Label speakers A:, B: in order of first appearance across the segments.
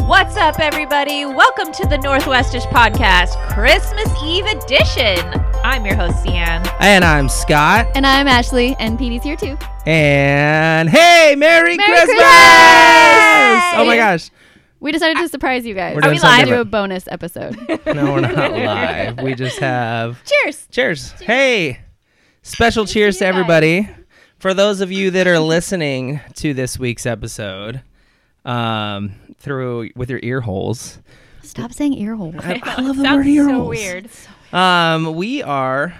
A: What's up, everybody? Welcome to the Northwestish Podcast, Christmas Eve edition. I'm your host, Sian.
B: And I'm Scott.
C: And I'm Ashley, and Petey's here too.
B: And hey, Merry,
C: Merry
B: Christmas!
C: Christmas!
B: Oh my gosh.
C: We decided to surprise you guys.
B: We're doing
A: Are we something live?
C: Do a
B: different.
C: bonus episode.
B: No, we're not live. We just have
A: Cheers.
B: cheers. Hey, special cheers to
C: you guys.
B: everybody. For those of you that are listening to this week's episode, um, through with your ear holes.
C: Stop saying ear hole.
B: I, I love the
A: Sounds
B: word ear
A: so
B: holes.
A: weird.
B: Um, we are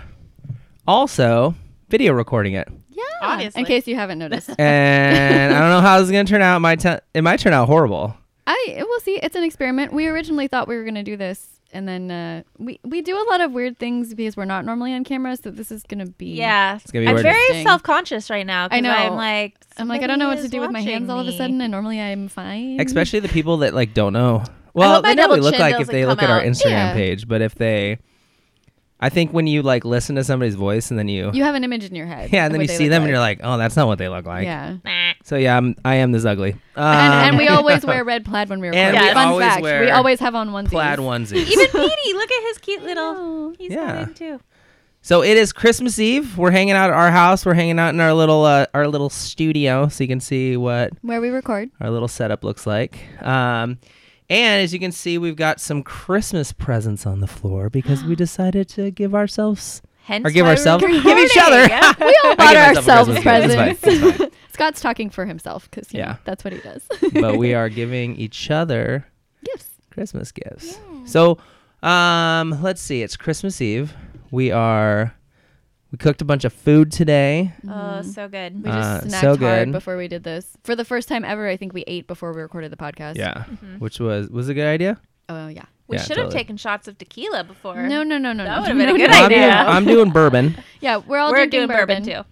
B: also video recording it.
C: Yeah.
A: Obviously.
C: In case you haven't noticed.
B: And I don't know how this is going to turn out. It might, tu- it might turn out horrible.
C: I we'll see. It's an experiment. We originally thought we were going to do this, and then uh, we we do a lot of weird things because we're not normally on camera. So this is going to be.
A: Yeah,
B: gonna be
A: I'm
B: weird.
A: very
C: Interesting.
A: self-conscious right now. 'cause
C: I know.
A: I'm like,
C: I'm like I don't know what to
A: somebody
C: do with my
A: is
C: hands all of a
A: watching
C: sudden,
A: me.
C: and normally I'm fine.
B: especially the people that like don't know. Well,
A: hope my
B: they know what we
A: double
B: look
A: chin
B: like if
A: doesn't
B: they look
A: come
B: at our
A: out.
B: Instagram
C: Yeah.
B: page, but if they, I think when you like listen to somebody's voice and then you,
C: you have an image in your head.
B: yeah, and then you
C: of what they
B: see
C: look
B: them and you're
C: like.
B: like, oh, that's not what they look like.
C: yeah.
A: Nah.
B: So yeah, I'm I am this ugly. Um,
C: And, and we always wear red plaid when we record.
B: And
A: we
C: Fun
B: always
C: fact: we
B: wear
C: always have on onesies.
B: plaid onesies.
A: Even Petey, look at his cute little.
C: Oh.
A: He's
B: Yeah.
A: yeah. too.
B: so it is Christmas Eve. We're hanging out at our house. We're hanging out in our little uh, our little studio, so you can see what
C: Where we record.
B: our little setup looks like. Um, and as you can see, we've got some Christmas presents on the floor because we decided to give ourselves
A: Hence
B: or give
A: why we're
B: ourselves,
A: recording.
B: give each other.
A: Yeah.
C: We all bought
B: myself a
C: ourselves
B: Christmas gift. It's fine.
C: presents.
B: It's fine.
C: Scott's talking for himself because
B: Yeah.
C: yeah, that's what he does.
B: but we are giving each other
C: Gifts.
B: Christmas gifts.
A: Hmm.
B: So, um, let's see. It's Christmas Eve. We are we cooked a bunch of food today.
A: Oh, so good.
C: We just
B: Uh,
C: snacked
B: so good.
C: hard before we did this. For the first time ever, I think we ate before we recorded the podcast.
A: Mm-hmm.
B: which was was a good idea.
C: Oh yeah.
A: We
B: Yeah,
A: should have
B: totally.
A: taken shots of tequila before.
C: No, no, no, no.
A: That
C: no,
A: would've been a
C: no,
A: good
C: no,
B: I'm
A: idea.
B: doing,
A: know.
B: I'm doing bourbon.
C: Yeah, we're all
A: we're
C: drinking
A: doing bourbon too.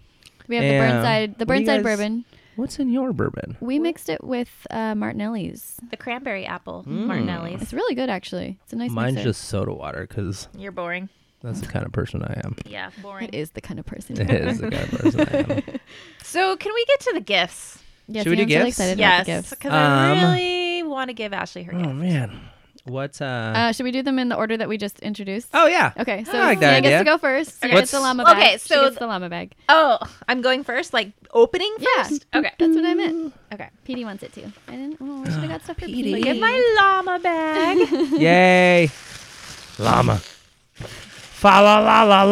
C: We have
B: Yeah.
C: the Burnside, the
B: What do you
C: Burnside
B: guys-
C: bourbon.
B: What's in your bourbon?
C: We mixed it with uh, Martinelli's.
A: The cranberry apple
B: Mm.
A: Martinelli's.
C: It's really good, actually. It's a nice.
B: Mine's
C: mixer.
B: just soda water because
A: You're boring.
B: that's the kind of person I am.
A: Yeah, boring.
C: It is the kind of person.
B: It is the kind of person I am.
A: So, can we get to the gifts?
C: Yes,
B: Should we do
C: I'm so
B: gifts?
C: excited about
A: Yes,
C: the gifts.
A: because
B: Um,
A: I really want to give Ashley her
B: Oh
A: gift.
B: man, what? Uh,
C: Uh, should we do them in the order that we just introduced?
B: oh yeah.
C: Okay, so
B: I like that
C: Sienna
B: idea.
C: gets to go first. She
B: Okay.
C: gets the
B: What's-
C: llama bag.
A: Okay,
C: She
A: so
C: gets
A: th-
C: the llama bag.
A: Oh, I'm going first, like opening
C: Yeah.
A: first. Okay,
C: That's what I meant.
A: okay.
C: Petey wants it too. I didn't. Oh, I should have got stuff for Petey.
A: Look at my llama bag.
B: Yay! Llama. Fa la la la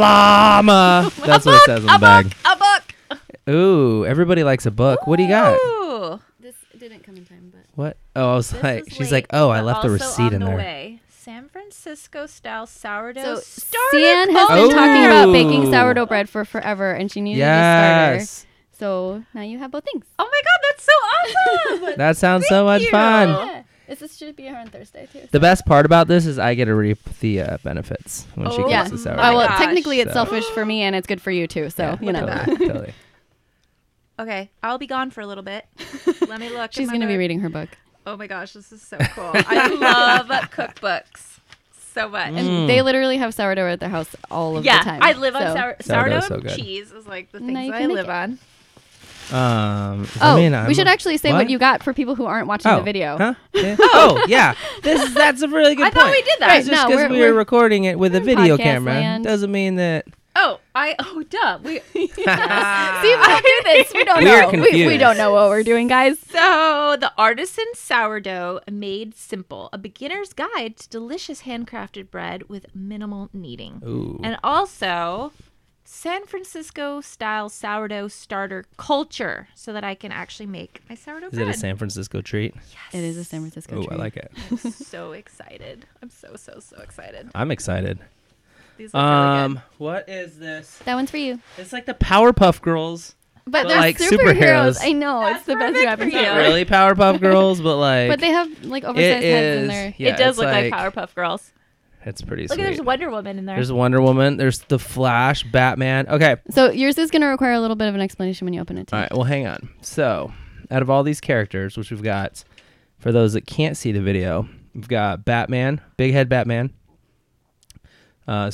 B: llama. That's what it says on the
A: a
B: bag.
A: book. A book.
B: Ooh, everybody likes a book. What do you got?
A: Ooh.
C: This didn't come in time, but
B: What? Oh, I was
A: This
B: like,
A: is
B: she's
A: late,
B: like, oh, I
A: but
B: left the
A: also
B: receipt
A: on
B: in
A: the
B: there.
A: Way. San Francisco style sourdough
C: so
A: starter.
C: Sian has
B: Oh.
C: been talking about baking
B: Ooh.
C: sourdough bread for forever, and she needed a starter.
B: Yes,
C: So now you have both things.
A: Oh my god, that's so awesome!
B: that sounds so much
A: you.
B: fun.
C: This should be on Thursday too.
B: The best part about this is I get to reap the uh, benefits when she
A: Oh
B: gets
C: yeah.
B: the
A: my
B: sourdough.
C: Oh, well,
A: gosh.
C: technically it's
B: So-
C: selfish for me, and it's good for you too. So
B: Yeah,
C: you know,
B: totally, totally.
A: okay, I'll be gone for a little bit. Let me look. in
C: she's
A: my
C: gonna be
A: bag.
C: reading her book.
A: Oh my gosh, this is so cool. I love cookbooks so much.
B: Mm.
C: They literally have sourdough at their house all of
A: yeah,
C: the time.
A: I live on
C: so-
A: sour- sourdough
B: Sourdough's
A: and
B: so good.
A: cheese is like the
C: Now
A: things
C: you
A: I
C: can make
A: live
C: it.
A: on.
B: Um,
C: Oh,
B: I mean, I'm-
C: we should actually say what?
B: what?
C: you got for people who aren't watching
B: oh,
C: the video.
B: Huh? Yeah. oh, yeah. This is that's a really good
A: I
B: point.
A: thought we did that.
C: Right,
B: It's just
C: no,
B: because
C: we're-
B: we were
C: we're-
B: recording it with a
C: in
B: video
C: podcast
B: camera
C: land.
B: doesn't mean that
A: Oh, I oh duh. We
C: See, we don't do this. We don't
B: Ah. We are
C: know. We, we
B: confused.
C: don't know what we're doing, guys.
A: so the artisan sourdough made simple, a beginner's guide to delicious handcrafted bread with minimal kneading.
B: Ooh.
A: And also San Francisco style sourdough starter culture so that I can actually make my sourdough
B: is
A: bread.
B: it a San Francisco treat?
C: It is a San Francisco.
B: Ooh, I
C: treat.
B: like it.
A: I'm so excited. I'm so so so excited.
B: I'm excited.
A: These look really
B: Um,
A: good.
B: what is this?
C: That one's for you.
B: It's like the Powerpuff Girls.
C: But,
B: But
C: they're
B: like superheroes.
C: superheroes. I know
A: That's
C: it's the best
A: perfect
C: wrap
A: for
C: ever.
A: you.
B: Not really Powerpuff Girls, but like
C: But they have like
B: it
C: oversized heads in
B: is-
C: there.
B: yeah,
A: it does
B: it's
A: look like, Powerpuff Girls.
B: It's pretty
A: Look,
B: sweet.
A: at there's Wonder Woman in there.
B: There's Wonder Woman. There's the Flash, Batman. Okay,
C: So yours is going to require a little bit of an explanation when you open it. Too.
B: all right. Well, hang on. So, out of all these characters, which we've got, for those that can't see the video, we've got Batman, Big Head Batman, uh,
A: Big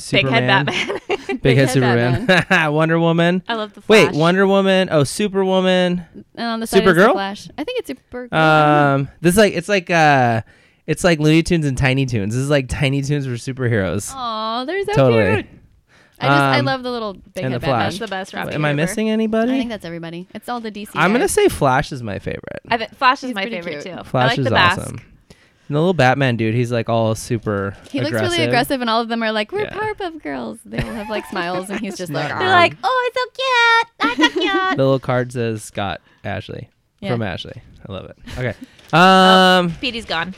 A: Head
B: Superman,
A: Batman.
B: Big Head
C: Head
B: Superman, Wonder Woman.
A: I love the Flash.
B: Wait, Wonder Woman. Oh, Superwoman.
C: And on the side is the
B: Supergirl?
A: Mm-hmm.
C: Flash. I think it's Supergirl.
B: Um, this is like it's like uh, It's like Looney Tunes and Tiny Tunes. This is like Tiny Tunes for superheroes.
C: Oh, they're so
B: Totally.
C: cute. I just I
B: Um,
C: love the little big
B: and
C: head
B: the
C: Batman.
B: Flash.
A: That's the best Robin.
B: Am I
A: ever.
B: missing anybody?
C: I think that's everybody. It's all the DC.
B: I'm gonna
C: guys.
B: say Flash is my favorite.
A: I bet Flash is
C: He's
A: my
C: pretty
A: favorite
C: cute.
A: too.
B: Flash
A: I like
B: is
A: the Basque.
B: awesome. And the little Batman dude, he's like all super.
C: He looks really aggressive, and all of them are like, "We're
B: Yeah.
C: Powerpuff Girls." They all have like smiles, and he's just like, "Ah."
B: They're
A: They're like, oh, it's so cute. I so
B: The
A: cute.
B: little card says Scott Ashley
C: Yeah.
B: from Ashley. I love it. Okay.
A: Oh.
B: Um.
A: Petey's gone.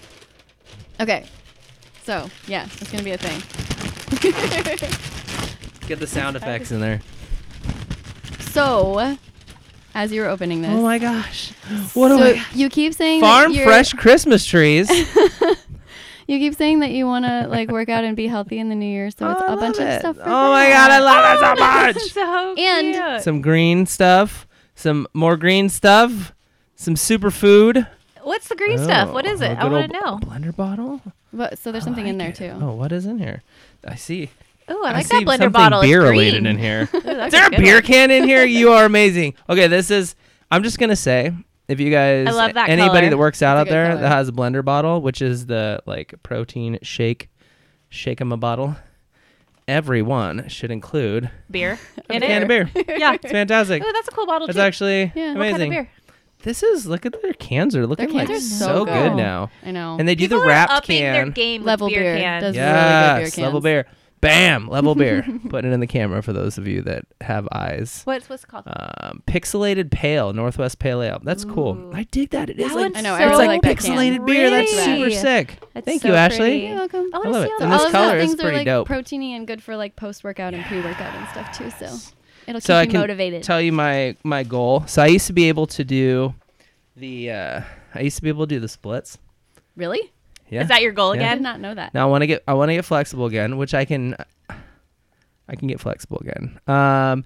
C: "Okay." So yeah, it's gonna be a thing.
B: Get the sound effects in there.
C: so, as you were opening this,
B: Oh my gosh. What
C: so
B: do we?
C: you keep saying that
B: Farm
C: you're-
B: fresh Christmas trees.
C: You keep saying that you want to like work out and be healthy in the new year, so
B: Oh,
C: it's
B: I
C: a bunch
B: love
C: of
B: it.
C: stuff. For
B: Oh my
C: that.
B: god, I love it so much.
A: so
C: And-
A: cute.
B: some green stuff, some more green stuff, some superfood.
A: What's the green stuff? What is
B: Oh,
A: it?
B: a
A: I
B: good
A: want to
B: old
A: know.
B: b- Blender bottle.
C: But, so there's
B: I
C: something in there
B: like it.
C: too.
B: Oh, what is in here? I see.
A: Oh, I like
B: see
A: that blender
B: something
A: bottle.
B: Beer
A: it's
B: related
A: green.
B: in here.
A: Ooh, that's
B: is there a
A: good
B: beer
A: one.
B: can in here? You are amazing. Okay, this is. I'm just gonna say, if you guys,
A: I love that
B: anybody
A: color.
B: that works out
C: It's a
B: out
C: good
B: there
C: color.
B: that has a blender bottle, which is the like protein shake, shake 'em a bottle. Everyone should include
A: Beer
B: a
A: in it.
B: can of beer.
A: Yeah.
B: It's fantastic.
A: Oh, that's a cool bottle
B: It's
A: too.
B: actually
C: Yeah. What kind of
A: what
B: amazing.
A: kind of beer?
B: This is look at their cans are looking
C: cans
B: like
C: are
B: so
C: so
B: good.
C: good.
B: now,
C: I know.
B: and they do
A: People
B: the
A: are
B: wrap
A: upping their
B: can.
A: game with
C: Level
A: beer
C: beer
A: cans.
C: does-
A: Yeah.
C: really good beer
B: Yes, level
C: cans.
B: beer, bam, level beer. Putting it in the camera for those of you that have eyes.
A: What's what's it called?
B: Um, pixelated pale Northwest Pale Ale. That's cool.
A: Ooh.
B: I dig that. It is
A: That
B: like
A: one's
C: I know, I
A: so
B: it's
C: really
B: like
C: like that can.
B: pixelated beer. That's super
A: pretty.
B: sick.
A: That's
B: Thank
A: so
B: you, Ashley.
A: pretty.
C: You're welcome.
A: I
B: I
A: want to
B: love
A: see
B: it.
A: all
C: So
B: And
A: those.
C: all
B: this
C: of those
B: color is
C: things are
B: pretty
C: like
B: dope.
C: proteiny and good for like post workout and pre workout and stuff too. So it'll keep
B: So I
C: you
B: can
C: motivated.
B: tell you my my goal. So I used to be able to do the uh, I used to be able to do the splits.
C: really?
B: Yeah.
A: Is that your goal
B: Yeah.
C: I
A: again?
C: did not know that.
B: Now I want to get I want to get flexible again, which I can I can get flexible again. Um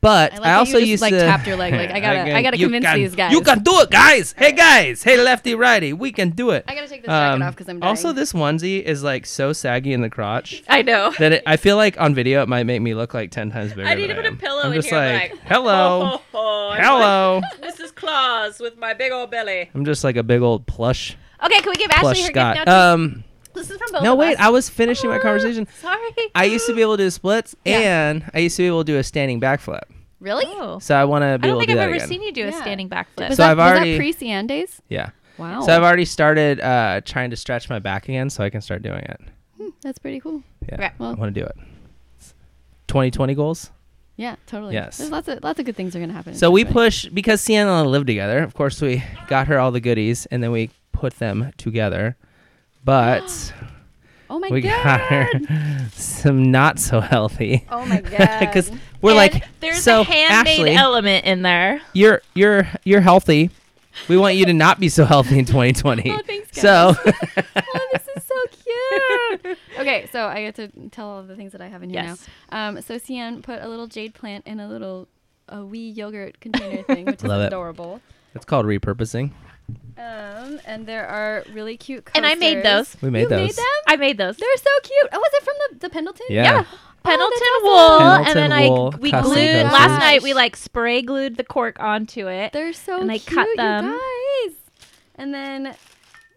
B: but
C: I
B: I,
C: like how you
B: also
C: just,
B: used
C: like,
B: to
C: tapped your leg, like, I gotta- I gotta
B: You
C: convince
B: can-
C: these guys.
B: You can do it, guys. Hey guys. Hey lefty righty, we can do it.
C: I gotta take this jacket
B: Um,
C: off because I'm dying.
B: Also this onesie is like so saggy in the crotch.
A: I know.
B: That it, I feel like on video it might make me look like ten times bigger.
A: I need to
B: than
A: put a
B: am.
A: pillow
B: I'm
A: in
B: just
A: here,
B: Like,
A: like,
B: hello, hello.
A: Mrs. Claus with my big old belly.
B: I'm just like a big old plush
A: Okay, can we give Ashley
B: plush
A: her
B: Scott.
A: gift now?
B: Um,
A: this is from both
B: no
A: of
B: wait,
A: us.
B: I was finishing my
A: Ah,
B: conversation.
A: Sorry.
B: I used to be able to do splits
C: Yeah.
B: and I used to be able to do a standing backflip.
C: really?
A: Oh.
B: So I want to be
A: I don't
B: able
A: think
B: to do
A: I've
B: that
A: ever
B: again.
A: seen you do a
C: Yeah.
A: standing backflip.
C: Was
B: So
C: that,
B: I've
C: was
B: already-
C: that pre CN days?
B: Yeah.
C: Wow.
A: Oh.
B: So I've already started uh, trying to stretch my back again so I can start doing it.
C: Hmm, that's pretty cool.
B: Yeah.
A: Right.
B: I
C: Well-
B: want to do it. 2020 goals.
C: Yeah, totally.
B: Yes.
C: There's lots of lots of good things are gonna happen. in
B: So we
C: 2020.
B: push because Sienna and I live together. Of course, we got her all the goodies and then we put them together. But
C: Oh my
B: we
C: god.
B: got her some not so healthy.
C: Oh my god.
B: Because we're like,
A: there's
B: so
A: a handmade
B: Ashley,
A: element in there.
B: you're you're you're healthy. We want you to not be so healthy in 2020.
C: Oh, thanks, guys.
B: So
C: oh, this is so cute. Okay, so I get to tell all the things that I have in here
A: Yes.
C: now. Um, so Sian put a little jade plant in a little a wee yogurt container thing, which is
B: Love it.
C: adorable.
B: it's called repurposing.
C: Um, and there are really cute. Coasters.
A: And I made those.
B: We made
C: you
B: those.
C: Made them?
A: I made those.
C: They're so cute. Oh, was it from the, the Pendleton? Oh,
B: Yeah. Yeah.
A: Pendleton
C: awesome.
A: wool,
B: Pendleton
A: and then I
B: wool
A: we
B: custom
A: glued
B: coaches.
A: last night. We
C: Gosh.
A: like spray glued the cork onto it.
C: They're so
A: And I
C: cute,
A: cut them.
C: you guys. And then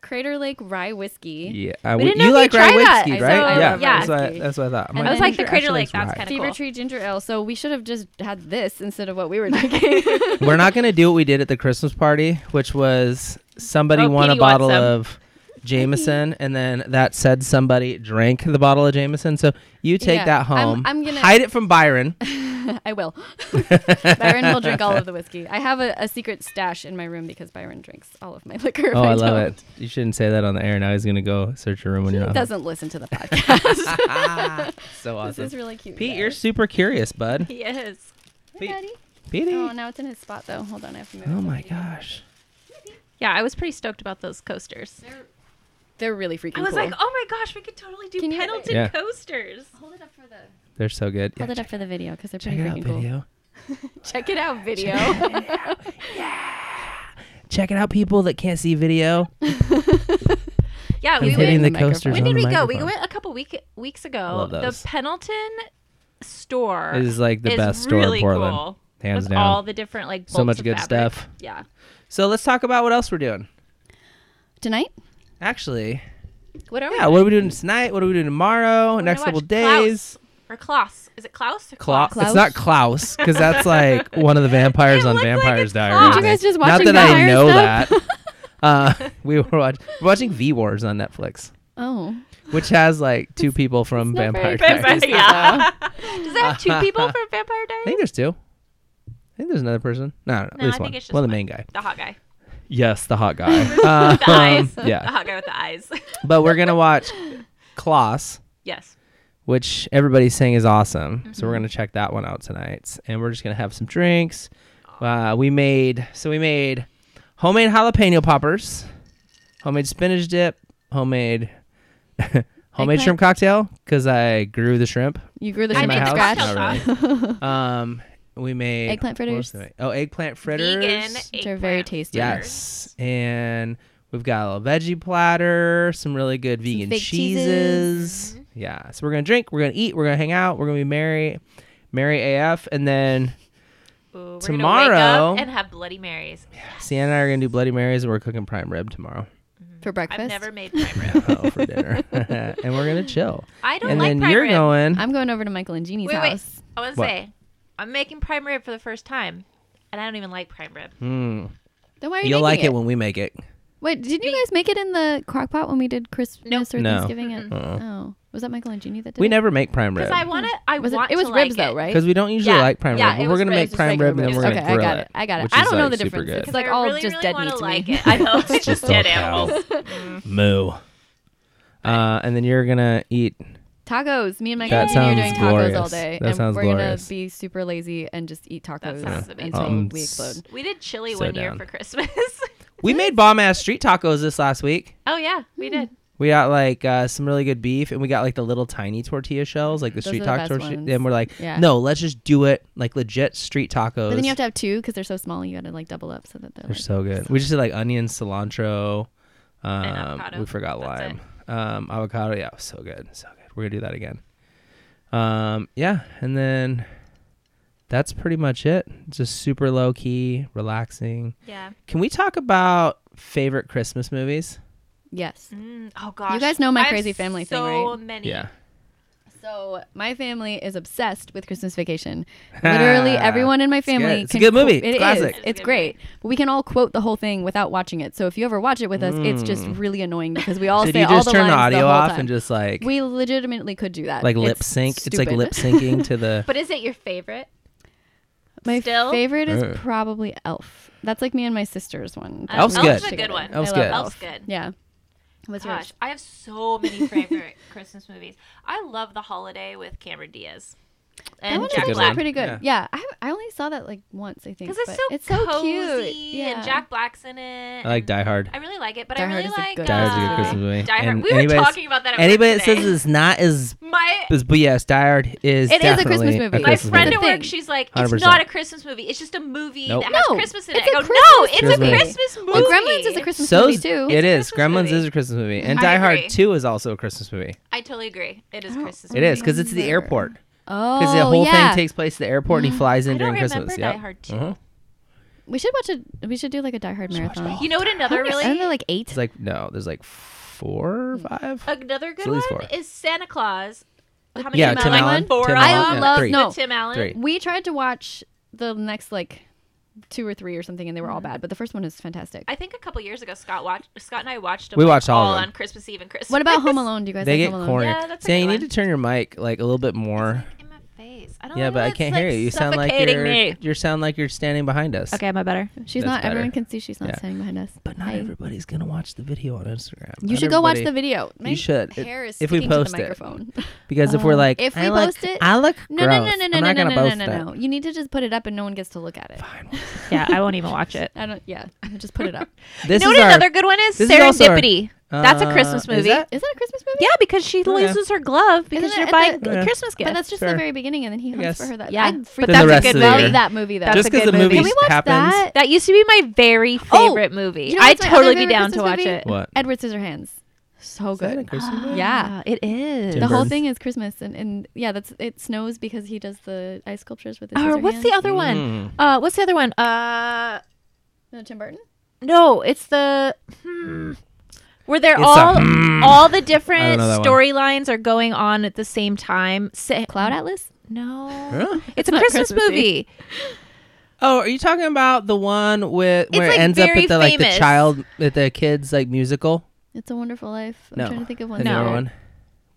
C: Crater Lake rye whiskey.
B: Yeah, I
A: We
B: would-
A: didn't know
B: you
A: if
B: like
A: you
B: rye
A: tried that.
B: whiskey,
C: I
B: right?
C: saw-
B: yeah,
A: I love
B: That's, what,
C: rye.
B: that's what I thought. I'm
C: And
A: I was
C: then
A: like the
C: for
A: Crater
B: actually
A: Lake.
B: it's
A: That's
B: rye.
A: kind of
C: Fever
A: cool.
C: Tree Ginger Ale. So we should have just had this instead of what we were drinking.
B: We're not gonna do what we did at the Christmas party, which was somebody
A: Oh,
B: won a
A: Petey wants
B: bottle
A: some.
B: of Jameson, and then that said somebody drank the bottle of Jameson. So you take
C: Yeah,
B: that
C: I'm-
B: home.
C: I'm gonna-
B: hide it from Byron. Oh,
C: I will. Byron will drink all of the whiskey. I have a, a secret stash in my room because Byron drinks all of my liquor. if
B: oh, I, love
C: don't.
B: it. You shouldn't say that on the air. Now he's gonna go search your room when
C: He
B: you're not. home.
C: doesn't listen to the
B: So
C: podcast. this
B: awesome.
C: is really cute.
B: Pete,
C: though.
B: you're super curious, bud.
A: Yes.
C: Hi,
B: Pete.
C: Daddy.
B: Petey.
C: Oh, now it's in his spot though. Hold on, I have to move. it.
B: Oh my gosh.
A: Yeah, I was pretty stoked about those coasters.
C: They're really freaking
A: I was
C: cool.
A: like, oh my gosh, we could totally do
C: Can you-
A: Pendleton
B: Yeah.
A: coasters.
C: hold it up for the
B: They're so good. Yeah,
C: hold it up for the video because they're
B: check
C: pretty
B: it out,
C: freaking cool.
B: video.
C: Check it out, video.
B: Check it out, people that can't see video.
A: Yeah,
B: I'm
A: we went.
B: hitting the
C: the microphone.
B: coasters
A: When
B: on
A: did
B: the
A: we go? We
B: microphone.
A: went a couple week weeks ago.
B: Love
A: The
B: those.
A: Pendleton store
B: It is like the best store
A: really
B: in Portland,
A: Cool.
B: hands
A: with
B: down.
A: all the different like
B: So
A: bolts
B: much
A: of
B: good
A: fabric.
B: stuff.
A: Yeah.
B: So let's talk about what else we're doing.
C: Tonight
B: Actually,
A: What are we?
B: yeah. What are we doing tonight? What are we doing tomorrow? Next
A: gonna
B: couple
A: watch Oh Klaus.
B: days.
A: Or Klaus? Is it Klaus? Or Klaus.
B: Klaus.
C: Klaus.
B: It's not Klaus because that's like one of the vampires
A: It
B: on
A: looked like a
B: Vampires
A: Klaus.
B: Diaries.
A: Aren't you
C: guys just
B: Not
C: watching
B: that I
C: vampire
B: know
C: stuff?
B: that. Uh, we were watch- we're watching V Wars on Netflix,
C: Oh,
B: which has like two people from
C: not
B: Vampire
C: very
B: Diaries.
A: Vampire,
C: Christmas,
A: yeah. Does that have two people from Vampire Diaries?
B: I think there's two. I think there's another person. No, no, at
A: No, I
B: least
A: think
B: one.
A: it's just
B: well, the
A: one.
B: main guy.
A: the hot guy.
B: Yes, the hot guy.
A: With the eyes.
B: Um,
A: The
B: yeah,
A: hot guy with the eyes.
B: but we're gonna watch Klaus,
A: yes.
B: which everybody's saying is awesome. So
A: Mm-hmm.
B: we're gonna check that one out tonight, and we're just gonna have some drinks. Uh, we made so we made homemade jalapeno poppers, homemade spinach dip, homemade homemade
C: Eggplant?
B: shrimp cocktail because I grew the shrimp.
C: you grew the
B: In
A: I
C: shrimp
B: my
A: made
C: from
A: the
B: house?
C: scratch.
A: cocktail
B: Not
A: sauce.
B: Um, we made
C: Eggplant
B: what else
C: fritters.
B: did we make? Oh, eggplant fritters.
A: Vegan.
C: Which are very
A: eggplant
C: tasty.
B: Yes. And we've got a little veggie platter, some really good vegan
C: fake
B: cheeses.
C: cheeses.
B: Yeah. So we're gonna drink, we're gonna eat, we're gonna hang out, we're gonna be merry, merry AF, and then
A: Ooh, we're gonna
B: Tomorrow-
A: wake up and have Bloody Marys.
B: Sienna and I are gonna do Bloody Marys and we're cooking prime rib tomorrow.
C: for breakfast.
A: I've never made prime rib.
B: Oh, for dinner. and we're gonna chill.
A: I don't
B: and
A: like
B: then
A: prime
B: you're
A: rib.
B: going
C: I'm going over to Michael and Jeannie's
A: Wait, wait.
C: house.
A: I want to
B: What?
A: say, I'm making prime rib for the first time, and I don't even like prime rib.
B: Hmm.
C: Then why are you
B: You'll
C: making
B: like it.
C: it?
B: when we make it.
C: Wait, did you guys make it in the crock pot when we did Christmas or
B: No.
C: Thanksgiving? It?
B: Uh-uh.
C: Oh, was that Michael and Jeannie that did
B: We
C: it?
B: never make prime rib.
A: Because I want to. I
C: Was it,
A: want
C: it was
A: to
C: ribs
A: like
C: though,
A: it.
C: right?
B: Because we don't usually
A: Yeah.
B: like prime
A: Yeah,
B: rib, but
A: it
B: we're
A: was
B: gonna
A: rib,
B: make
A: just
B: prime
C: regular
B: rib and then
C: rib.
B: we're gonna
C: Okay, I
B: grill
C: got
B: it.
C: it, I got it.
B: which
C: I
B: is,
C: don't know
B: like,
C: the
B: super
C: difference.
B: good.
C: It's like all
A: really,
C: just
A: really
C: dead
A: wanna
C: meat to me.
A: like it. I know it's just
B: all
A: dead
B: cows.
A: animals.
B: Moo. Uh, and then you're gonna eat.
C: Tacos. Me and my
B: That
C: cousin are doing
B: sounds
C: tacos all
B: glorious.
C: day,
B: That
C: and
B: sounds
C: we're
B: glorious.
C: gonna be super lazy and just eat tacos
A: sounds amazing.
C: until
B: Um,
C: we explode.
A: We did chili
B: So
A: one year
B: down.
A: for Christmas.
B: We made bomb ass street tacos this last week.
A: oh yeah, we
C: Hmm.
A: did.
B: We got like uh, some really good beef, and we got like the little tiny tortilla shells, like the
C: Those
B: street taco.
C: are the best
B: tortilla.
C: ones.
B: And we're like,
C: Yeah.
B: no, let's just do it like legit street tacos.
C: But then you have to have two because they're so small. You gotta like double up so that they're.
B: They're
C: Like,
B: so good. We just did like onion, cilantro. Um,
A: avocado.
B: we forgot
A: That's
B: lime, um, avocado. Yeah, it was so good, so good. We're gonna do that again. Um, yeah, and then that's pretty much it. Just super low key, relaxing.
A: Yeah.
B: Can we talk about favorite Christmas movies?
C: yes.
A: Mm, oh gosh.
C: guys know my
A: I have
C: crazy family thing,
A: So
C: right?
A: many.
C: So my family is obsessed with Christmas Vacation. Literally everyone in my
B: good.
C: family.
B: It's a good movie.
C: quote-
B: It's
C: It is.
B: classic.
A: It's a
C: It's
A: good
C: great. But we can all quote the whole thing without watching it. So if you ever watch it with us, it's just really annoying because we all
B: Did
C: say
B: Mm. you
C: all
B: just
C: the
B: turn
C: lines
B: the audio
C: whole
B: off
C: time.
B: and just like
C: we legitimately could do that.
B: like
C: It's
B: lip sync? It's like
C: stupid.
B: lip syncing to the.
A: But is it your favorite?
C: My
A: Still?
C: favorite is
B: Ugh.
C: probably Elf. That's like me and my sister's one. that
B: Elf's
C: we
B: good.
C: watch
A: Elf's a
C: together.
A: good one.
B: Elf's
C: I love
B: good.
A: Elf's good.
C: Yeah. What's
A: Gosh,
C: yours?
A: I have so many favorite Christmas movies. I love The Holiday with Cameron Diaz
C: That
A: and
C: one is
A: Jack
B: good
C: actually
A: Black
C: pretty good.
B: Yeah.
C: Yeah, I, I only saw that like once I think.
A: because it's
C: but
A: so cozy
C: cute. Yeah.
A: and Jack Black's in it.
B: I like
A: and
B: Die Hard.
A: I really like it, but
C: Die
A: I
C: Hard
A: really
C: is a
A: like
C: good
A: uh,
B: Die Hard's a good Christmas movie.
A: Die Hard.
B: And
A: we were
B: anybody's-
A: talking about that. At work
B: Anybody that
A: today.
B: says it's not as
A: my
B: is BS. Die Hard is
C: It is a
B: definitely
C: Christmas movie. My
A: my
B: Christmas
A: friend
C: movie.
A: at work,
C: Thing.
A: she's like, it's
B: 100%.
A: not a Christmas movie. It's just a movie
B: Nope.
A: that has
C: No,
A: Christmas in
C: it's
A: it. I
C: a
A: go, no,
C: Christmas
A: it's
B: movie.
A: a Christmas movie.
C: Well, Gremlins is a Christmas
B: So
C: movie too.
B: it is.
A: It's a
B: Gremlins
A: Christmas
B: is
A: movie.
B: a Christmas movie, and
A: I
B: Die Hard
A: agree.
B: Two is also a Christmas movie.
A: I totally agree. It is
C: I don't-
A: Christmas.
B: It is because it's the
C: Remember.
B: airport.
C: oh,
B: Because the whole
C: yeah.
B: thing takes place at the airport, and he flies in
A: I
B: during
A: don't remember
B: Christmas.
A: Die
B: Yep.
A: Hard 2.
B: Uh-huh.
C: We should watch it. We should do like a Die Hard marathon.
A: You know what? Another
C: Aren't there-
A: really
C: aren't there like eight?
B: It's like no, there's like four,
A: Mm.
B: or five.
A: Another good
B: at
A: one
B: least four.
A: is Santa Claus. How many
B: Yeah,
A: Tim
B: Tim
A: Allen?
B: Allen.
A: Four
B: Tim
A: of
B: Allen,
A: them.
C: yeah, I love-
B: three.
C: no.
A: The Tim Allen.
B: Three.
C: we tried to watch the next like two or three or something, and they were all bad. But the first one is fantastic.
A: I think a couple years ago, Scott watched. Scott and I watched. Them
B: We
A: like,
B: watched all of them.
A: on Christmas Eve and Christmas.
C: what about Home Alone? Do you guys
B: They
C: like
B: get
C: Home Alone?
B: corny.
A: Yeah, that's a
B: Say
A: good
B: you need
A: one.
B: to turn your mic like a little bit more.
A: In my face. I don't
B: Yeah,
A: know
B: but I
A: it's,
B: can't
A: like,
B: hear you. You sound like
A: suffocating
B: you're
A: me.
B: you sound like you're standing behind us.
A: Okay, am I better?
C: She's
B: That's
C: not. Everyone
B: better.
C: can see she's not
B: Yeah.
C: standing behind us.
B: But not
C: Hey.
B: everybody's gonna watch the video on Instagram.
C: You
B: Not
C: should go watch the
B: everybody-
C: video. My
B: should. It-
C: Hair is
B: if we
C: sticking to the
B: post it.
C: microphone.
B: because if we're
C: Um,
B: like,
C: if we
B: I look-
C: post it-
B: I look
C: No,
B: gross.
C: no, no, no,
B: I'm
C: no, no,
B: not
C: no,
B: gonna
C: no,
B: post
C: no,
B: that.
C: no. You need to just put it up and no one gets to look at it.
B: Fine.
A: Yeah, I won't even watch it.
C: I don't. Yeah, just put it up.
B: This
A: you know
B: is
A: what
B: our-
A: another good one is?
B: this is also our-
A: Serendipity. That's a Christmas
B: Uh, is
A: movie.
B: that-
C: Is that a Christmas movie?
A: Yeah, because she loses her glove because
C: Isn't
A: you're
C: it
A: buying
C: at
B: the-
A: a Christmas gift.
C: But that's just
B: Sure.
C: the very beginning, and then he hunts
B: guess.
C: for her. That
A: Yeah,
C: I'd
A: but
C: freaking
B: that's a good
C: love
B: movie.
C: that movie though.
A: That's
B: just
A: a good
B: because the
A: movie. Can
B: movie
C: Can we watch
B: happens.
C: that?
A: that used to be my very
C: Oh,
A: favorite movie.
C: You know
A: I'd
C: what's my other
A: totally be
C: favorite
A: down to
C: Christmas
A: watch
C: movie?
A: it.
B: What?
C: Edward Scissorhands. So
B: Is that a
C: good.
B: Christmas movie?
C: Yeah.
A: it is.
B: Tim
C: The whole
B: Burton.
C: thing is Christmas, and, and yeah, that's it snows because he does the ice sculptures with his.
A: Or
C: scissor
A: what's the
C: hands.
A: other one? Uh, what's the other one? Uh,
C: No, Tim Burton.
A: no, it's the. Hmm, Where they're
B: It's a
A: all
B: hmm.
A: all the
B: I don't
A: different
B: know that one.
A: storylines are going on at the same time. Sa-
C: Cloud Atlas?
A: No,
B: Huh?
A: it's a
C: not
A: Christmas
C: Christmassy.
A: movie.
B: Oh, are you talking about the one with
A: It's,
B: where
A: like,
B: it ends up
A: very
B: at the like
A: famous.
B: the child at the kids like musical?
C: It's a Wonderful Life. I'm
B: No.
C: trying to think of one.
B: Another
A: No.
B: one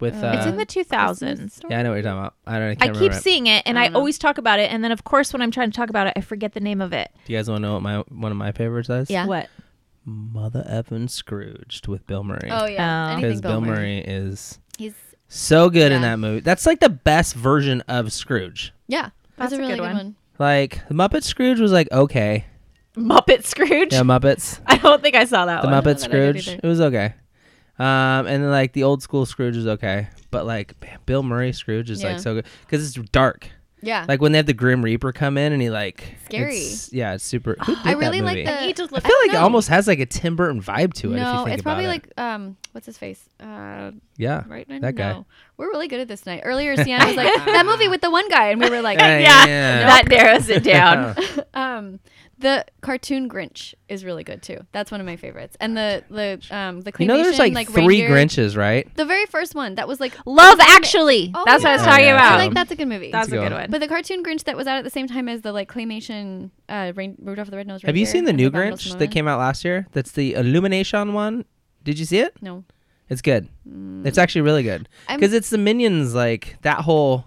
B: with
C: It's
B: uh,
A: it's in the two
C: Christmas
A: thousands.
C: story?
B: yeah, I know what you're talking about. I don't. I can't
A: I
B: remember.
A: keep
B: it.
A: seeing it, and
C: I
A: I,
C: don't know.
A: always talk about it, and then of course when I'm trying to talk about it, I forget the name of it.
B: Do you guys want to know what my one of my favorites is?
C: Yeah.
A: What?
B: Mother Evan Scrooged with Bill Murray.
C: Oh yeah,
A: Oh.
C: anything
B: because Bill Murray is
C: He's
B: so good in
C: Yeah.
B: that movie. That's like the best version of Scrooge.
C: yeah. That's, a really good, one.
B: Like the Muppet Scrooge was like okay.
A: Muppet Scrooge.
B: Yeah, Muppets.
A: I don't think I saw that
B: The
A: one.
C: don't know
B: Muppet
C: that Oh, I did
B: Scrooge.
C: either.
B: It was okay. Um, and then like the old school Scrooge is okay, but like man, Bill Murray Scrooge is
C: Yeah.
B: like so good because it's dark.
C: Yeah,
B: Like when they have the Grim Reaper come in and he like
C: Scary.
B: it's- yeah, it's super. Who did
C: I
B: that
C: really like
B: movie?
C: the.
A: I need to look-
B: I feel
C: don't
B: like it
C: know.
B: almost has like a Tim Burton vibe to it. if
C: No,
B: you think
C: it's probably
B: about it.
C: like um, what's his face? Uh,
B: yeah,
C: right now.
B: that guy.
C: No. We're really good at this night. Earlier, Sienna was like that movie with the one guy, and we were like,
B: Yeah,
A: yeah,
B: yeah.
A: that narrows it down.
C: um, the cartoon Grinch is really good too. That's one of my favorites. And the the um the claymation,
B: You know, there's like, three
C: reindeer-
B: Grinches, right?
C: The very first one that was like
A: Love Actually.
C: Oh,
A: That's what I was
C: yeah.
A: talking
B: Yeah,
A: about.
C: I like that's a good movie.
A: That's a
B: Let's
A: good
B: go.
A: one.
C: but the cartoon Grinch that was out at the same time as the like claymation uh, Rain- Rudolph the Red-Nosed Reindeer.
B: Have you seen the
C: and
B: new
C: Boundless
B: Grinch that
C: Mama.
B: came out last year? That's the Illumination one. Did you see it?
C: No,
B: It's good. It's actually really good
C: Mm. I'm-
B: because it's the minions, like that whole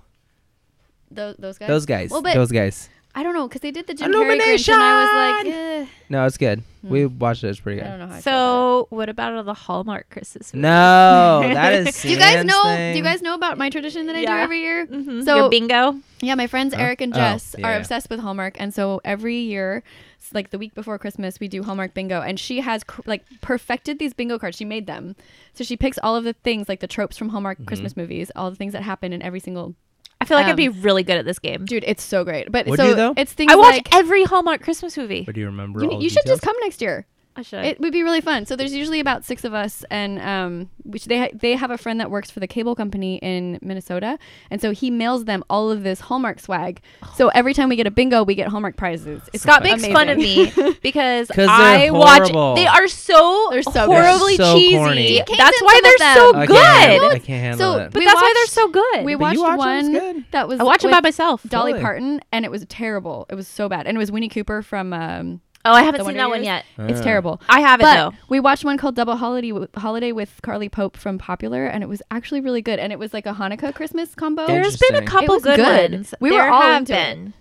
C: those, those guys.
B: those guys,
C: Well, but
B: those guys.
C: I don't know because they did the Jim Carrey Grinch, and I was like, eh.
B: No, it's good. We watched it. It's pretty
C: I don't
B: good.
C: know how. I feel about
A: so, what about all the Hallmark Christmas? movies?
B: No, that is.
C: it. do you guys
B: Sans
C: know?
B: Thing.
C: Do you guys know about my tradition that I
A: Yeah.
C: do every year?
A: Mhm.
C: So
A: Your bingo.
C: Yeah, my friends
B: Huh?
C: Eric and
B: Oh,
C: Jess
B: yeah,
C: are
B: yeah.
C: obsessed with Hallmark, and so every year, it's like the week before Christmas, we do Hallmark bingo, and she has cr- like perfected these bingo cards. She made them, so she picks all of the things like the tropes from Hallmark
B: Mm-hmm.
C: Christmas movies, all the things that happen in every single.
A: I feel like I'd
C: Um,
A: be really good at this game.
C: Dude, it's so great. But
B: Would
C: so
B: you, though?
C: it's things
A: I watch
C: like
A: every Hallmark Christmas movie.
B: But do you remember?
C: you,
B: all the
C: you should
B: details?
C: just come next year.
A: I should.
C: It would be really fun. So there's usually about six of us, and um, which they ha- they have a friend that works for the cable company in Minnesota, and so he mails them all of this Hallmark swag. So every time we get a bingo, we get Hallmark prizes. It's
A: Oh. Scott makes
C: amazing.
A: fun of me because
B: 'Cause they're
A: I watch.
B: horrible.
A: They are so,
C: They're so good.
A: horribly
B: They're so
A: cheesy.
B: corny. You
C: can't
A: That's
C: send
A: why
C: some of
A: they're so
C: them.
B: I
A: good.
B: can't handle it. I
A: But
B: can't handle
C: so-
B: it.
C: but- We
A: that's why they're
C: watched-
A: so good.
C: we
B: But
C: watched
B: you watch them, it's good.
C: one that was
A: I watch it by
C: with
A: myself.
C: Dolly
B: Totally.
C: Parton, and it was terrible. It was so bad, and it was Winnie Cooper from. Um,
A: oh, I
C: The
A: haven't seen
C: Wonder
A: that one
C: Years?
A: yet.
C: It's
B: Ah.
C: terrible.
A: I haven't
C: But
A: though.
C: we watched one called Double Holiday with, Holiday with Carly Pope from Popular, and it was actually really good. And it was like a Hanukkah Christmas combo.
A: There's been a
B: Interesting.
A: couple
C: It was
A: good,
C: good.
A: ones.
C: We were
A: there
C: all
A: have
C: into it.
A: been.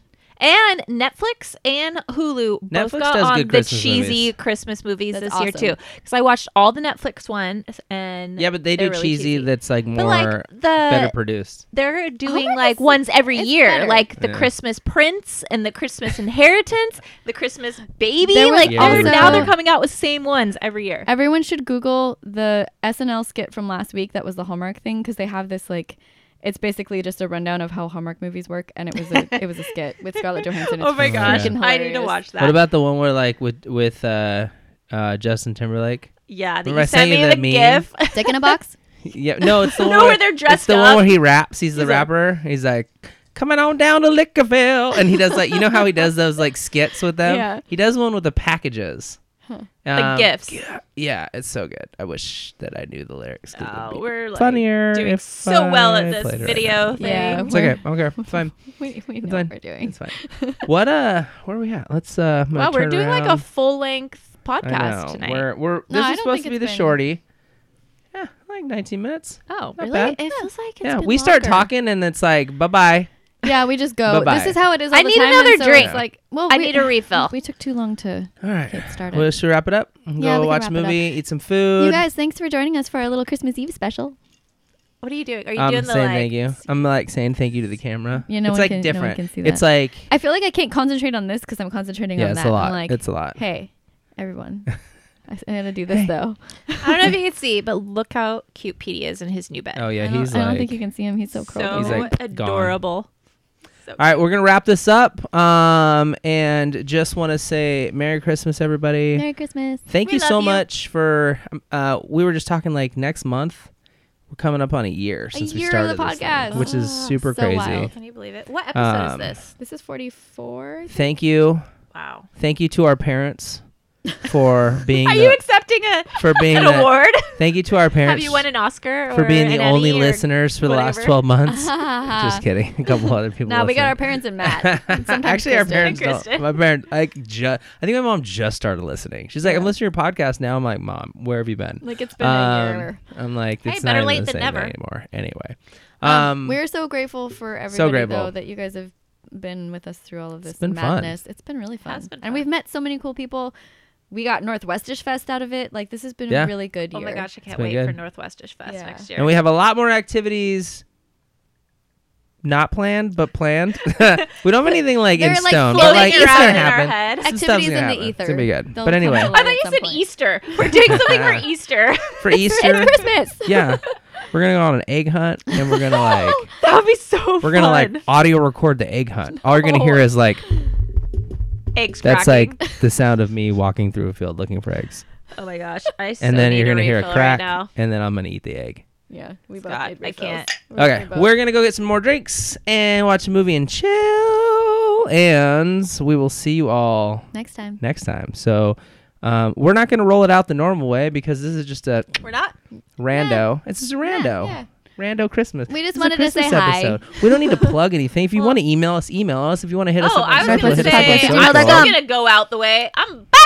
A: And Netflix and Hulu both
B: Netflix
A: got
B: does
A: on
B: good
A: the
B: Christmas
A: cheesy
B: movies.
A: Christmas movies
C: That's
A: this year
C: awesome.
A: too. Because I watched all the Netflix ones and
B: Yeah, but they do
A: they're really
B: cheesy. That's like more
A: But like the
C: uh,
B: better produced.
A: they're doing
C: my
A: like
C: goodness,
A: ones every
C: Oh, it's
A: year,
C: better.
A: like the
B: Yeah.
A: Christmas Prince and the Christmas Inheritance, the Christmas Baby.
C: There was
A: Like
B: Yeah,
A: they're-
B: also-
A: now they're coming out with same ones every year.
C: Everyone should Google the SNL skit from last week that was the Hallmark thing because they have this like. It's basically just a rundown of how Hallmark movies work, and it was a it was a skit with Scarlett Johansson. It's
A: Oh my gosh,
C: freaking
A: I need to
C: hilarious.
A: watch that.
B: What about the one where like with with uh, uh, Justin Timberlake?
A: yeah? That
B: Remember I
A: you sent
B: sent you
A: me the
B: that
A: gif.
C: Dick in a box?
B: Yeah, no, it's the
A: No,
B: one
A: where
B: where
A: they're
B: It's
A: dressed
B: the one
A: up.
B: where he raps. He's the
A: He's like-
B: rapper. He's like, "Coming on down to Liquorville," and he does like you know how he does those like skits with them.
A: Yeah.
B: He does one with the packages,
A: The
B: Um,
A: gifts.
B: Yeah, yeah, it's so good. I wish that I knew the lyrics. 'cause it would
A: Oh,
B: be
A: we're like
B: funnier
A: doing
B: if
A: so well
B: I
A: at this
B: played it right
A: video
B: now.
A: thing.
C: Yeah.
B: It's okay. Okay, it's fine.
C: We, we know
B: fine.
C: what we're doing.
B: It's fine. What uh, where are we at? Let's uh. I'm gonna
A: Wow, we're
B: turn
A: doing like a
B: around.
A: full length
B: I
A: podcast
B: know.
A: tonight.
B: We're we're
C: No,
B: this
C: I
B: is
C: don't
B: supposed
C: think
B: to be
C: it's
B: the
C: been-
B: shorty. Yeah, like 19 minutes.
A: oh,
B: Not
A: really?
B: bad.
A: It feels like it's
B: yeah,
A: been
B: we start
A: longer.
B: talking and it's like bye bye.
C: Yeah, we just go.
B: Bye-bye.
C: This is how it is. All
A: I
C: the
A: need
C: time, and
A: another
C: so
A: drink.
C: It's like, well,
A: I
C: we,
A: need a refill.
C: We took too long to
B: All right.
C: get started.
B: Well, should we wrap it up? And
C: Yeah,
B: go
C: we can
B: watch a
C: wrap it up.
B: movie, eat some food.
C: you guys, thanks for joining us for our little Christmas Eve special.
A: What are you doing? Are you
B: I'm
A: doing
B: saying
A: the like?
B: Um, thank you. I'm like saying thank you to the camera.
C: Yeah, no
B: it's
C: one
B: like
C: can- no one
B: different.
C: can see
B: It's
C: that.
B: like
C: I feel like I can't concentrate on this because I'm concentrating
B: yeah,
C: on
B: it's
C: that.
B: a lot.
C: I'm like,
B: it's a lot.
C: hey, everyone, I s- I gotta do this
B: Hey.
C: though.
A: I don't know if you can see, but look how cute Petey is in his new bed.
B: Oh yeah,
C: I don't,
B: he's
C: I
B: like.
C: don't think you can see him. He's so curled.
A: so
C: up.
B: He's like, gone.
A: adorable. So
B: All right, we're gonna wrap this up. Um, and just want to say Merry Christmas, everybody.
C: Merry Christmas.
B: Thank
A: We
B: you so
A: love you.
B: much for. um, Uh, we were just talking like next month. We're coming up on a year since
C: year
B: we
C: of
B: started
C: the
B: this thing,
C: podcast.
B: which is
C: Ah,
B: super
C: so
B: crazy.
C: wild.
A: Oh, Can you believe it? What episode
B: Um,
A: is this?
C: This is 44.
B: Thank you,
A: Wow.
B: thank you to our parents for being.
A: Are
B: the-
A: you accepting accepting a
B: for being
A: an
B: the-
A: award.
B: Thank you to our parents
A: Have you won an Oscar
B: for
A: or
B: being
A: an
B: the
A: Emmy
B: only
A: or-
B: listeners for the last
A: whatever.
B: 12 months. Just kidding. A couple other people.
C: Now we got our
B: listen.
C: parents and Matt. and sometimes
B: Actually, our
C: Kristen.
B: parents don't.
A: Kristen.
B: My parents, I ju- I think my mom just started listening. She's like, "I'm
C: Yeah.
B: listening to your podcast now." I'm like, "Mom, where have you been?"
C: Like it's been a
B: Um,
C: year.
B: I'm like,
A: Hey,
B: "It's
A: better
B: not even
A: late
B: the
A: than
B: same
A: never."
B: anymore." Anyway,
C: Um,
B: um,
C: we're so grateful for everybody
B: grateful.
C: though that you guys have been with us through all of this
B: been fun.
C: madness. It's been really fun.
A: has been
C: And
A: fun.
C: we've met so many cool people. We got Northwestish Fest out of it. Like this has been
B: Yeah.
C: a really good
A: Oh
C: year.
A: my gosh, I can't
B: been
A: wait for
B: good.
A: Northwestish Fest
C: Yeah.
A: next year.
B: and we have a lot more activities. Not planned, but planned. we don't have anything like in
C: They're, like,
B: stone, but
A: floating
B: like it's
A: around
B: gonna
A: in our
B: happen.
A: head.
B: Some stuff's
C: Activities
B: gonna
C: in the
B: happen. It's
C: ether.
B: gonna be good.
C: They'll
B: but
C: come
B: anyway,
C: alive.
A: I thought
C: at
A: you
C: some
A: said
C: point.
A: Easter. We're doing something for Easter.
B: for Easter,
C: It's Christmas.
B: yeah, we're gonna go on an egg hunt, and we're gonna like
A: that would be so
B: we're gonna
A: fun.
B: like audio record the egg hunt. All you're gonna hear
A: No.
B: is like
A: eggs
B: That's
A: cracking.
B: like the sound of me walking through a field looking for eggs.
A: oh my gosh i so
B: And then
A: need
B: you're going to hear a
A: refill
B: crack,
A: right now
B: and then I'm going to eat the egg.
C: Yeah, we both
A: Scott, Oh
C: need
A: I
C: refills.
A: can't.
C: We're
B: Okay,
C: both-
B: we're going to go get some more drinks and watch a movie and chill. And we will see you all
C: next time.
B: next time. So um, we're not going to roll it out the normal way because this is just a
A: we're not
B: rando. It's just a rando.
C: yeah.
B: Rando Christmas.
C: We
B: This is
C: just
B: a
C: wanted to say
B: Christmas
C: hi.
B: We don't need to plug anything. If you want to email us, email us. If you want to hit us
A: oh
B: up,
A: i was
C: Northwest
A: gonna
C: Hit
A: say
C: Us Up on
A: i was
C: social.
A: gonna go out the way i'm bye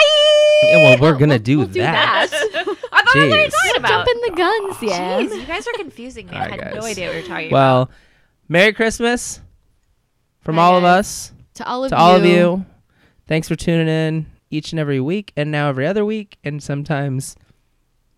B: Yeah, well, we're gonna
C: we'll-
B: do
C: we'll do
A: i
B: that.
C: that.
A: thought i was already
B: Jeez.
A: talking about
C: Jumping the guns, yeah.
A: Jeez, you guys are confusing me i
B: All
A: had
B: right,
A: no
B: guys.
A: idea what you're talking
B: Well, Merry Christmas from
C: Bye,
B: all of
C: guys.
B: us
C: To all of
B: to
C: you.
B: all of you. Thanks for tuning in each and every week, and now every other week, and sometimes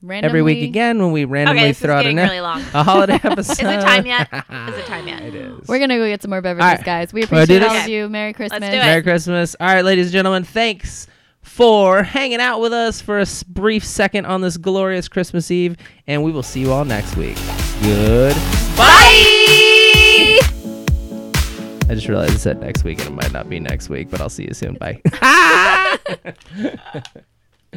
C: Randomly,
B: every week again when we
A: about
B: randomly
A: okay this is
B: throw out
A: getting
B: an,
A: really long is
B: a holiday episode.
A: it time yet is it time yet
C: We're gonna go get some more beverages,
B: right.
C: guys. We
B: Wanna do
C: appreciate all
A: this?
C: of you. Merry Christmas.
A: do it.
B: Merry Christmas. All right, ladies and gentlemen, thanks for hanging out with us for a s- brief second on this glorious Christmas Eve, and we will see you all next week. Good.
A: bye
B: I just realized I said next week, and it might not be next week, but I'll see you soon. Bye.